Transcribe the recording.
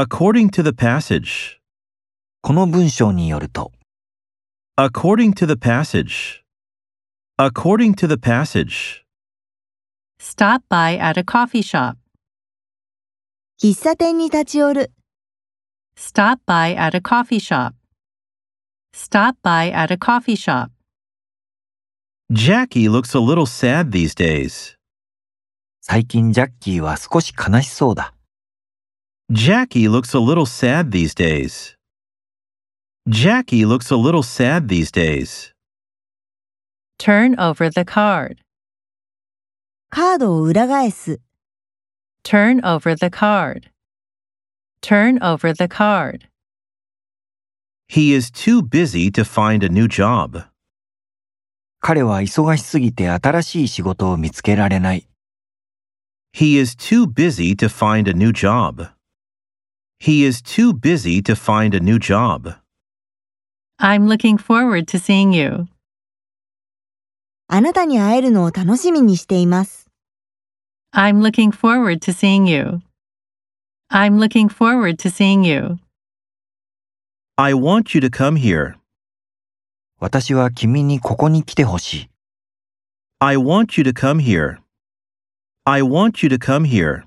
According to the passage. この文章によると、 According to the passage. According to the passage. Stop by at a coffee shop. 喫茶店に立ち寄る。 Stop by at a coffee shop. Stop by at a coffee shop. Jackie looks a little sad these days. 最近ジャッキーは少し悲しそうだ。 Jackie looks a little sad these days. Jackie looks a little sad these days. Turn over the card. カードを裏返す。 Turn over the card. Turn over the card. He is too busy to find a new job. 彼は忙しすぎて新しい仕事を見つけられない。 He is too busy to find a new job. He is too busy to find a new job. I'm looking forward to seeing you. あなたに会えるのを楽しみにしています。 I'm looking forward to seeing you. I'm looking forward to seeing you. I want you to come here. 私は君にここに来てほしい。 I want you to come here. I want you to come here.